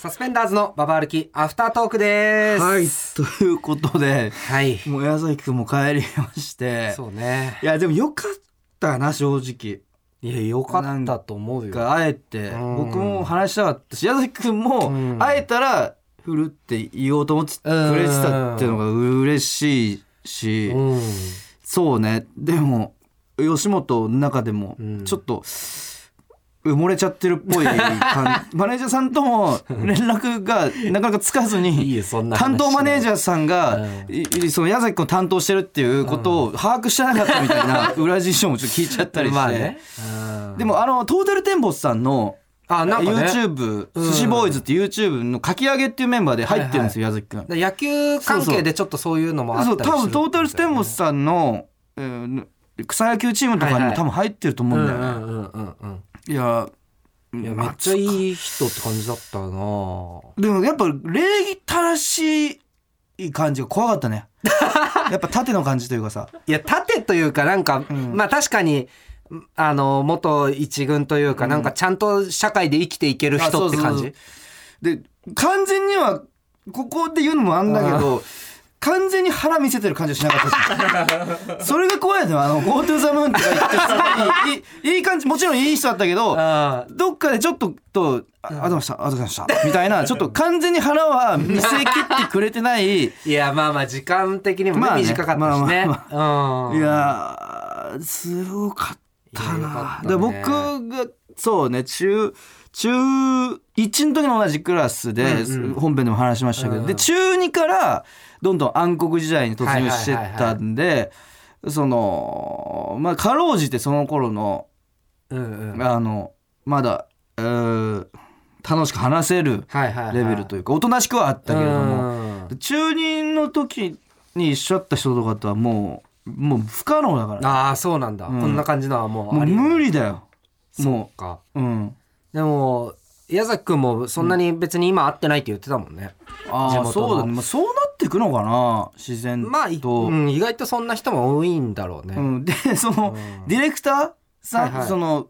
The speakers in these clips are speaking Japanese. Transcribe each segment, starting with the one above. サスペンダーズのババ歩きアフタートークです。はい、ということで、はい。もう矢崎くんも帰りまして。そうね。いや、でもよかったな、正直。いや、よかったと思うよ。が会えて、うん僕も話したかったし、矢崎くんうんも会えたら、振るって言おうと思ってくれてたっていうのが嬉しいし、うん。そうね、でも、吉本の中でもうん、ちょっと、埋もれちゃってるっぽい 感じマネージャーさんとも連絡がなかなかつかずに、いいよ、そんな話。担当マネージャーさんが、うんいいその矢崎君を担当してるっていうことを把握してなかったみた いな裏事情もちょっと聞いちゃったりして、まあね。うんで、もあのトータルテンボスさんのあ、なんかね。 YouTube、うん寿司ボーイズって YouTube のかき上げっていうメンバーで入ってるんですよ、矢崎君。野球関係でちょっとそういうのもあったそりうする多分トータルテンボススさんの、うん草野球チームとかにはいはもい多分入ってるとう思んううんんだよね。うんうんいやうん。いや、めっちゃいい人って感じだったなでもやっぱ礼儀正しい感じが怖かっ たね。やっぱ縦の感じというかさ。いや、盾というか、なんか、うんまあ確かに、あの、元一軍というか、うんなんかちゃんと社会で生きていける人って感じ。あそうそうそうで完全にはここで言うのもあんだけど完全に腹見せてる感じはしなかった しそれが怖いのよあの GoTo the moon とか言ってすごいいいいい感じもちろんいい人だったけどあどっかでちょっとと「あありがとうございましたありがとうございました」みたいなちょっと完全に腹は見せきってくれてないいあいや、まあまあ、時間的にもね、まあね短かったしね。まうん。やーすごかったいやよかっなたねで僕がそうね中中1の時の同じクラスで、うんうん本編でも話しましたけど、うんで中2からどんどん暗黒時代に突入してったんで、そのまあかろうじてその頃のうんうん。はいあのまだ、えー楽しく話せるはい、はい。レベルといいうかおとなしくはあったけれども、も。中2の時に一緒だった人とかとはもうもう不可能だからああ、そうなんだ。うんこんな感じのはもうもあうりえない無理だよもか。ううんでも、矢崎くんもそんなに別に今会ってないって言ってたもんね。地あ元あのそうだね、まあ、そうなってくのかな自然と、まあ、いうん、意外とそんな人も多いんだろうね。うんでその、うんディレクターさん、はいはいその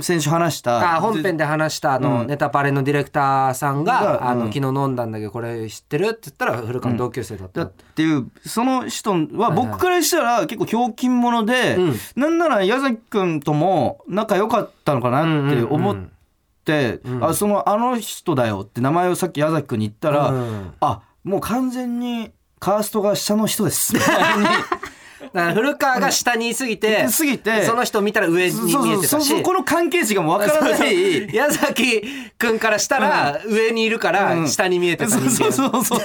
先週話したあ本編で話したあの、うんネタパレのディレクターさんが「があのうん昨日飲んだんだけどこれ知ってる?」って言ったら古川の同級生だった、だっていうその人ははい僕からしたら結構ひょうきん者で、うんなんなら矢崎君とも仲良かったのかなって思って、うんあそのあの人だよって名前をさっき矢崎君に言ったたら、うんあもう完全にカーストが下の人 です みたいにだから古川が下にいすぎて言いすぎてその人見たら上にそ見そうえそうてそたうしそこの関係値がもう分からない矢崎君からしたら上にいるかうらん下に見えてたそ人う間そうそうそう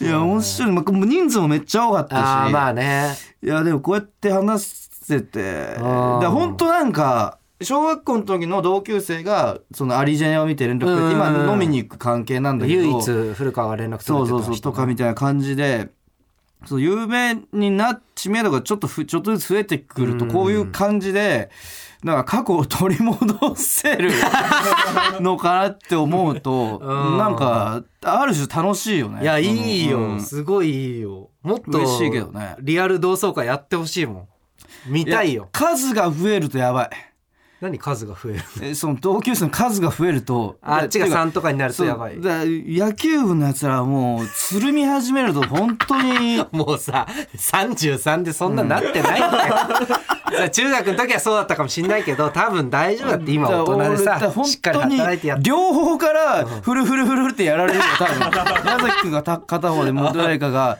いや面白い、まあ、もう人数もめっちゃ多かったしああまあねいやでもこうやって話せてあーだ本当なんか小学校の時の同級生がそのアリジェネを見て連絡くれうんてうんうん今飲みに行く関係なんだけど唯一古川が連絡取それてたう人そうそうとかみたいな感じでそう有名にな知名度がちょっとふちょっとずつ増えてくるとうんこういう感じでなんか過去を取り戻 せるのかなって思うとうんなんかある種楽しいよね。いやいいよ、うんすごいいいよもっと嬉しいけどねリアル同窓会やってほしいもん見たいよや数が増えるとやばい。何数が増えるえその同級生の数が増えるとあっちがだ3とかになるとそうやばい。だ野球部のやつらはもうつるみ始めると本当にもうさ、33でそんななってないんだよ。さ中学の時はそうだったかもしんないけど、多分大丈夫だって今大人でだからさ、本しっかり当に働いてやって。両方からフルフルフルってやられるよ 多分矢崎君がた片方でもう誰かが、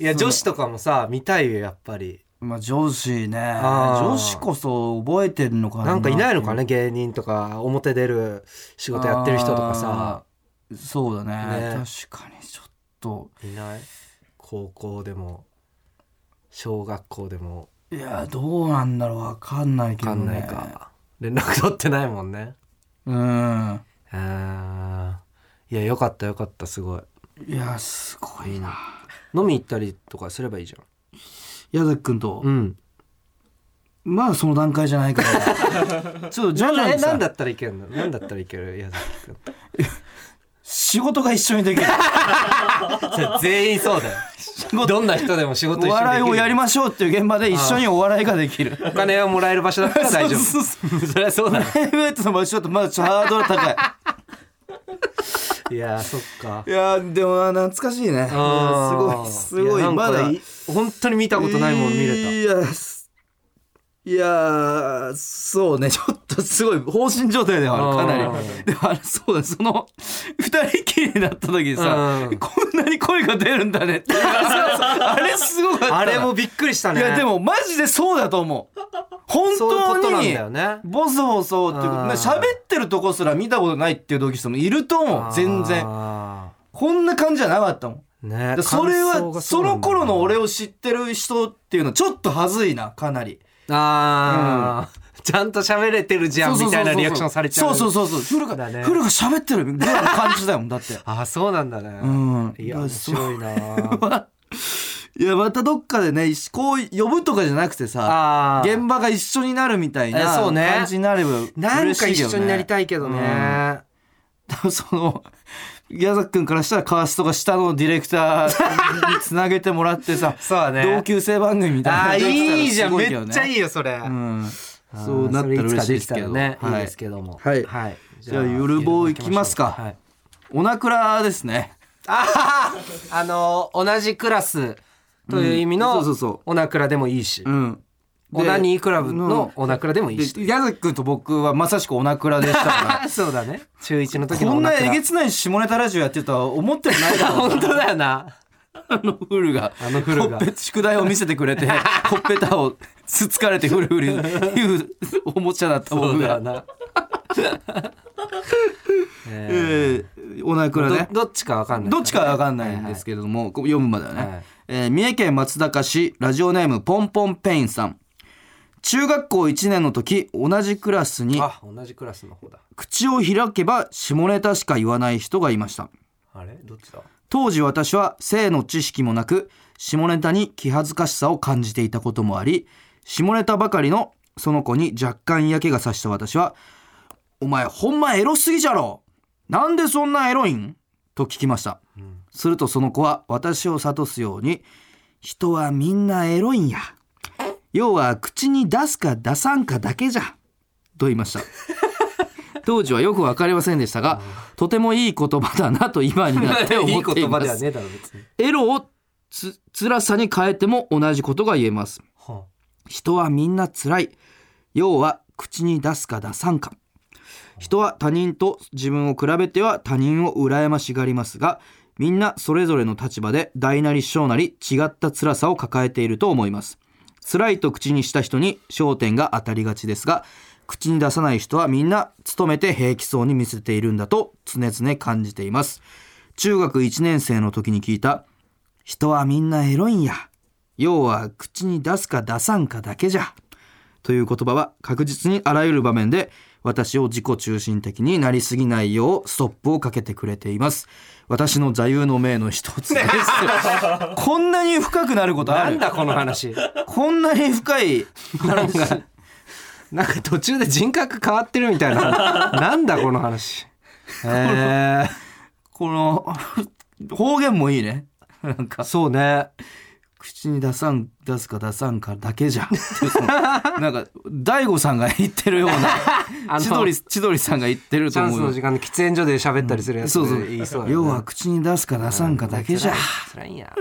いや、女子とかもさ、見たいよ、やっぱり。まあ、上司ねあー女子こそ覚えてるのかななんかいないのかねね、芸人とか、表出る仕事やってる人とかさ。そうだねね確かにちょっといない高校でも、小学校でも、いやどうなんだろうわかんないけわかどねんないか。連絡取ってないもんね。うんあーいや、よかったよかった、すごい。いやすごいな飲み行ったりとかすればいいじゃん。矢崎君と、うん。まだその段階じゃないから ちょっとな徐ん々だえにさなんだったらいけるのなんだったらいける矢崎くん。仕事が一緒にできるそれ全員そうだ よどんな人でも仕事お一緒にできる笑いをやりましょうっていう現場で一緒にお笑いができ るお金をもらえる場所だったら大丈そう夫そうそそりゃそうだねプライベートの場所だとまだちょっとハードル高いいやーそっか いやーでもな懐かしいねすあごーいすごいやなんかまだ本当に見たことないもん見れたいやすいやーそうねち ょっとすごい放心状態ではあるかなありーでもあれそうだその二人きりになった時にさうんこんなに声が出るんだねって いうあれすごかったなあれもびっくりしたいねやでもマジでそうだと思う本そういうこと当なんにだよねボソボソっていうかうん喋ってるとこすら見たことないっていう同期してもいると思う全然あこんな感じじゃなかったもんーねでそれ感想はがそうなのんだ頃の俺を知ってる人っていうのはちょっと恥ずいなかなりあー、ちゃんと喋れてるじゃんみたいなリアクションされちゃうそううそうそうそうフルがだねフルが喋ってるぐらいの感じだよだっ てあーそうなんだね、うんいやだから面そう白いないやまたどっかでねこう呼ぶとかじゃなくてさあー現場が一緒になるみたいなえそうね感じになればなんか嬉しい一よね緒になりたいけどね、うんその矢崎君からしたらカーストが下のディレクターにつなげてもらってさ そうだね同級生番組みたいなああのできたらいいじゃんすごめけどっねちゃいいよそれ、うん、あーそうなったら嬉しいですけどそれいつかできたらね、はいい、ですけどもはいはい、じゃあゆる棒いきますかはい、おなくらですねあああの同じクラスという意味の、うんそうそうそうおなくらでもいいし、うん でオナニークラブのうおなくらでもんいいし、で矢崎君と僕はまさしくおなくらでしたかあ そうだね中1のら時のこおんななくらえげつない下ネタラジオやってるとは思ってもないだろう 本当だよなあのフルがあのフルがほっぺ宿題を見せてく れてほっぺたをつつかれてフルフルいうおもちゃだったそ僕うだよが、 なええーー、おなくらねどどっちかわかんないどっちかわかんないんですけれども、こう読むまではね、はいえー三重県松坂市ラジオネームポンポンペインさん中学校1年の時同じクラスにあ同じクラスの方だ口を開けば下ネタしか言わない人がいましたあれどっちだ当時私は性の知識もなく下ネタに気恥ずかしさを感じていたこともあり下ネタばかりのその子に若干嫌気がさした私は「お前ほんまエロすぎじゃろなんでそんなエロいん?」と聞きました、するとその子は私を諭すように「人はみんなエロいんや要は口に出すか出さんかだけじゃ」と言いま した当時はよく分かりませんでしたが、とてもいい言葉だなと今になってい思 いってい言葉まではすねえだろ別に、エロをつ辛さに変えても同じことが言えますは人はみんな辛い要は口に出すか出さんか人は他人と自分を比べては他人を羨ましがりますがみんなそれぞれの立場で大なり小なり違った辛さを抱えていると思います辛いと口にした人に焦点が当たりがちですが口に出さない人はみんな努めて平気そうに見せているんだと常々感じています中学1年生の時に聞いた人はみんなエロいんや。要は口に出すか出さんかだけじゃ。という言葉は確実にあらゆる場面で私を自己中心的になりすぎないようストップをかけてくれています。私の座右の銘の一つです。こんなに深くなるこあ、とあなんるだこの話こんなに深いなんか、なんか途中で人格変わってるみたい な。なんだこの話。えー、この方言もいいね。なんかそうね。口に出さん出すか出さんかだけじゃ。そのなん か大悟さんが言ってるよう あなの千鳥千鳥さんが言ってるチとャン思スうよの時間の喫煙所で喋ったりするやつそうそう言いそうだね要は口に出すか出さんかだけじゃ。辛い辛いんや。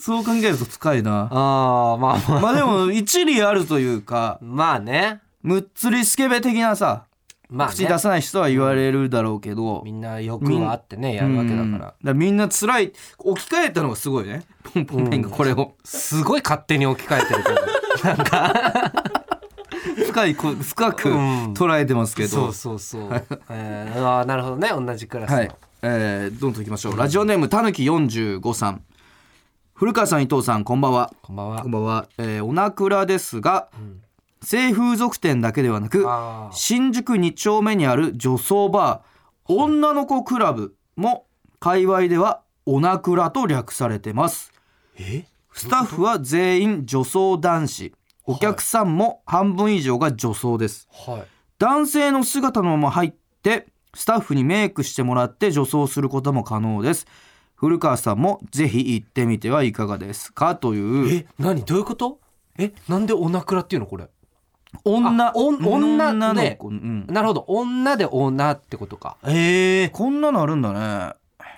そう考えると深いな。ああ、まあまあ。まあでも一理あるというか、まあね。むっつりスケベ的なさ、まあ口出ね。さない人は言われるだろうけど、みんな欲はあってね、やるわけだから。らみんな辛い置き換えたのがすごいねポンポンペンがこれをすごい勝手に置き換えてるけど。深いこ深くうん捉えてますけ そどうそうそう。えー、ああ、なるほどね。同じクラスの。はい、えー、どんどんいきましょうラジオネームたぬき45さん古川さん伊藤さんこんばんはこんばんはこん。ばんは、えー、おなくらですが、ん性風俗店だけではなくあー新宿2丁目にある女装バー女の子クラブも界隈ではおなくらと略されてますえスタッフは全員女装男子お客さんも半分以上が女装ですはい。男性の姿のまま入ってスタッフにメイクしてもらって女装することも可能です古川さんもぜひ行ってみてはいかがですかというえ何どういうことえなんでおなくらっていうのこれ女あおん女女のね子、うん、なるほど女で女ってことかえこんなのあるんだね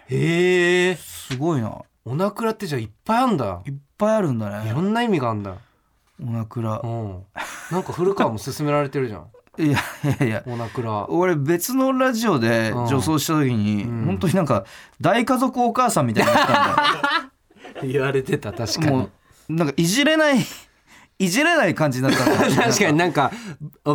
へえすごいなおなくらってじゃあいっぱいあんだいっぱいあるんだいねろんな意味があんだおなくらうんなんか古川も勧められてるじゃん いやいやいやおなくら俺別のラジオで女装した時に、うん本当になんか大家族お母さんみたいになった ん言われてた確だよもうなんかいじれないいじれない感じになったんだよ 確かになんか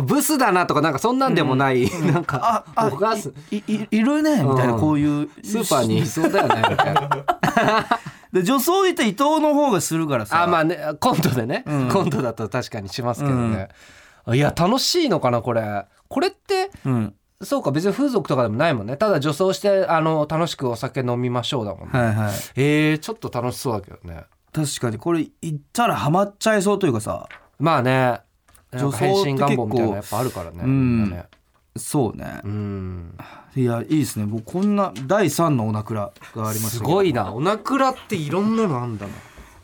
ブスだなとかなんかそんなんでもない、なんかあ あお母さんいいいるねみたいなうんこういうスーパーにい そうだよねみたいなで女装いて伊藤の方がするからさあまあねコントでね、うんコントだと確かにしますけどね、いや楽しいのかなこれこれってうんそうか別に風俗とかでもないもんねただ女装してあの楽しくお酒飲みましょうだもんね、はいはいえー、ちょっと楽しそうだけどね確かにこれ行ったらハマっちゃいそうというかさまあねなん女装かって変身願望みたいな結構のやっぱあるからねうんみんなねそうねうんいやいいですねもうこんな第3のおなくらがありますすたけどごいなおなくらっていろんなのあんだな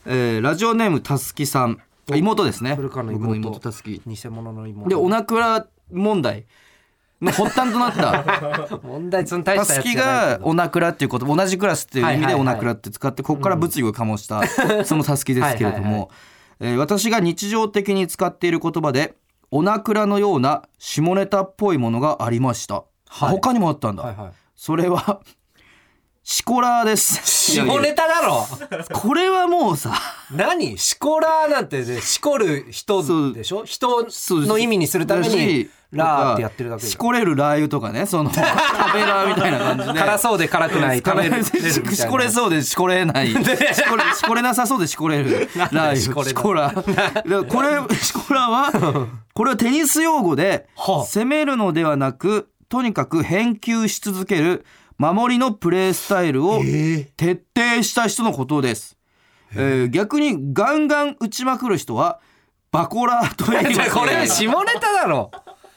えーラジオネームたすきさんお妹ですね古川の妹僕の妹たすき偽物の芋でおなくら問題の発端と なった問題その大たしたすやつきじゃないがけどおなくらっていうこと同じクラスっていう意味はいではいおはいなくらって使ってここから物議を醸したそのたすきですけれどはいはいはもえー私が日常的に使っている言葉でおなくらのような下ネタっぽいものがありました、はい他にもあったんだ、はいはいそれはシコラーですいやいや下ネタだろ これはもうさ何しこらーなんてねしこる人でしょ人 の意味にするためだにしラーってやってるだけしでこれるラー油とかね その食べラーみたいな感じで辛そうで辛くない食 べれるみたいなしこれそうでしこれないしこれしこれなさそうでしこれるラーなん油でししこれなこらだからこれしこらはこれはテニス用語ではあ攻めるのではなくとにかく返球し続ける守りのプレースタイルをえ徹底した人のことです、えー逆にガンガン打ちまくる人はバコラーと言います、ー これ下ネタだろ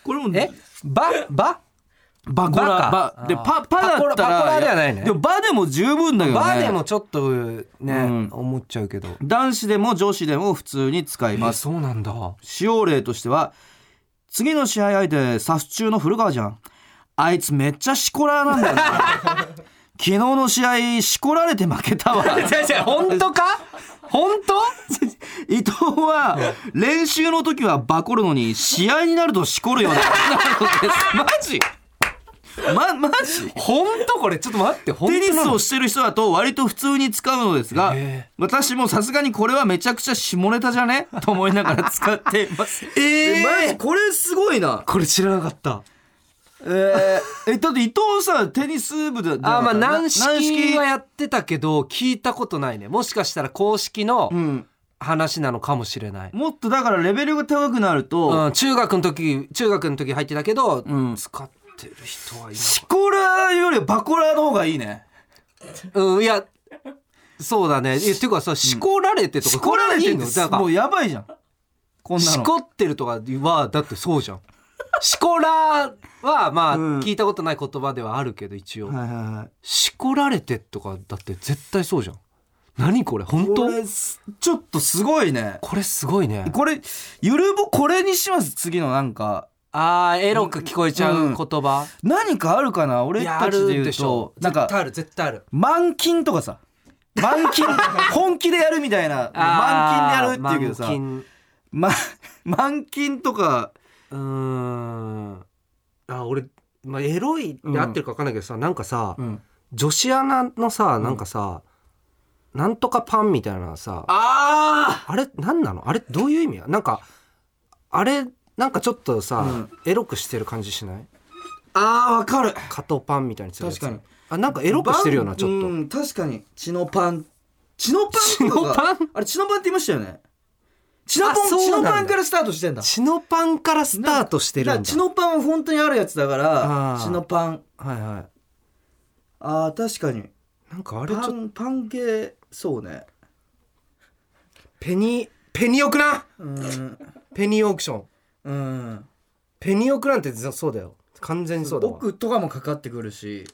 これもえばばバコラバかバであーパパだパコっラたらパコラではないねでもバでも十分だよねばでもちょっとねん思っちゃうけど男子でも女子でも普通に使いまあます、そうなんだ 使用例としては次の試合相手サス中の古川じゃんあいつめっちゃしこらなんだ よな昨日の試合しこられて負けたわ先生本当か本当伊藤は練習の時はバコるのに試合になるとしこるような マジまマジ本当これちょっと待って本当テなのニスをしてる人だと割と普通に使うのですがへ私もさすがにこれはめちゃくちゃ下ネタじゃねと思いながら使っていますえーマジこれすごいなこれ知らなかったえー、えだって伊藤さテニス部であーまあ軟軟式はやってたけど聞いたことないねもしかしたら公式のうん、話なのかもしれない、もっとだからレベルが高くなると、うん、中学の時中学の時入ってたけど、うん使ってる人はいシコラよりバコラの方がいいねない、うん、いやそうだねえっていうかさしこられてとか、しこられていいんののだかもらうやばいじゃんこんなのしこってるとかはだってそう じゃんしこらはまあうん聞いたことない言葉ではあるけど一応、はいはいはいしこられてとかだって絶対そうじゃん何これ本当これすちょっとすごいねこれすごいねこれゆるぼこれにします次のなんかあーエロく聞こえちゃううん言葉、何かあるかな俺いやあたちでる言でうしょとなんか絶対ある絶対ある満勤とかさ 満勤本気でやるみたいな満勤でやるっていうけどあさー満ま、 満勤とか勤うーんあ俺、まあ、エロいって合ってるか分かんないけどさ、なんかさ、女子アナのさなんかさ、なんとかパンみたいなさああれ何なのあれどういう意味やなんかあれなんかちょっとさ、うんエロくしてる感じしないーあーわかる加藤パンみたいにするやつ確かにあなんかエロくしてるようなちょっと、うん確かに血のパン血のパンとか血のパンあれ血のパンって言いましたよね血のパンあそう血なのんだパンからスタートしてんだ血のパンからスタートしてだるかんらだ血のパンは本当にあるやつだかあーら血のパンはいはいああ確かになんかあれちょっパとンパン系そうねペニペニオクなうんペニオークションうんペニオクなんてそうだよ完全に そうだわ奥とかもかかってくるし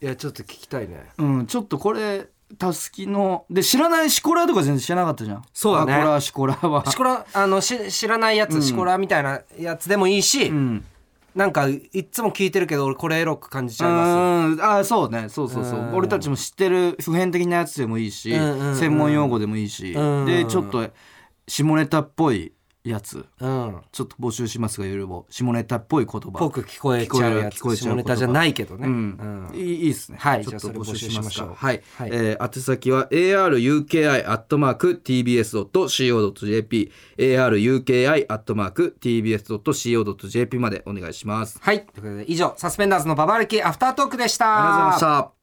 いやちょっと聞きたいねうん、ちょっとこれ、たすきの、で、知らないシコラーとか全然知らなかったじゃん。そうだねアコラーシコラーは。シコラあのし知らないやつ、うんシコラみたいなやつでもいいし、うん。なんかいっつも聞いてるけど俺これエロく感じちゃいまうんあーそうねそうそうそううん俺たちも知ってる普遍的なやつでもいいし、うんうんうん専門用語でもいいし、うんでちょっと下ネタっぽいやつすうんちょっと募集しますがよりも下ネタっぽい言葉ぽく聞こえちゃうやつ聞こえちゃう下ネタじゃないけどね、ううんん、いいいいですね。はいちょっじゃとあそれ募集します募集しましょか。うはい、はいえー宛先は a r u k i アットマーク t b s ドット c o ドット j p a r u k i アットマーク t b s ドット c o ドット j p までお願いします。はいということで以上サスペンダーズのババ歩きアフタートークでしたありがとうございました。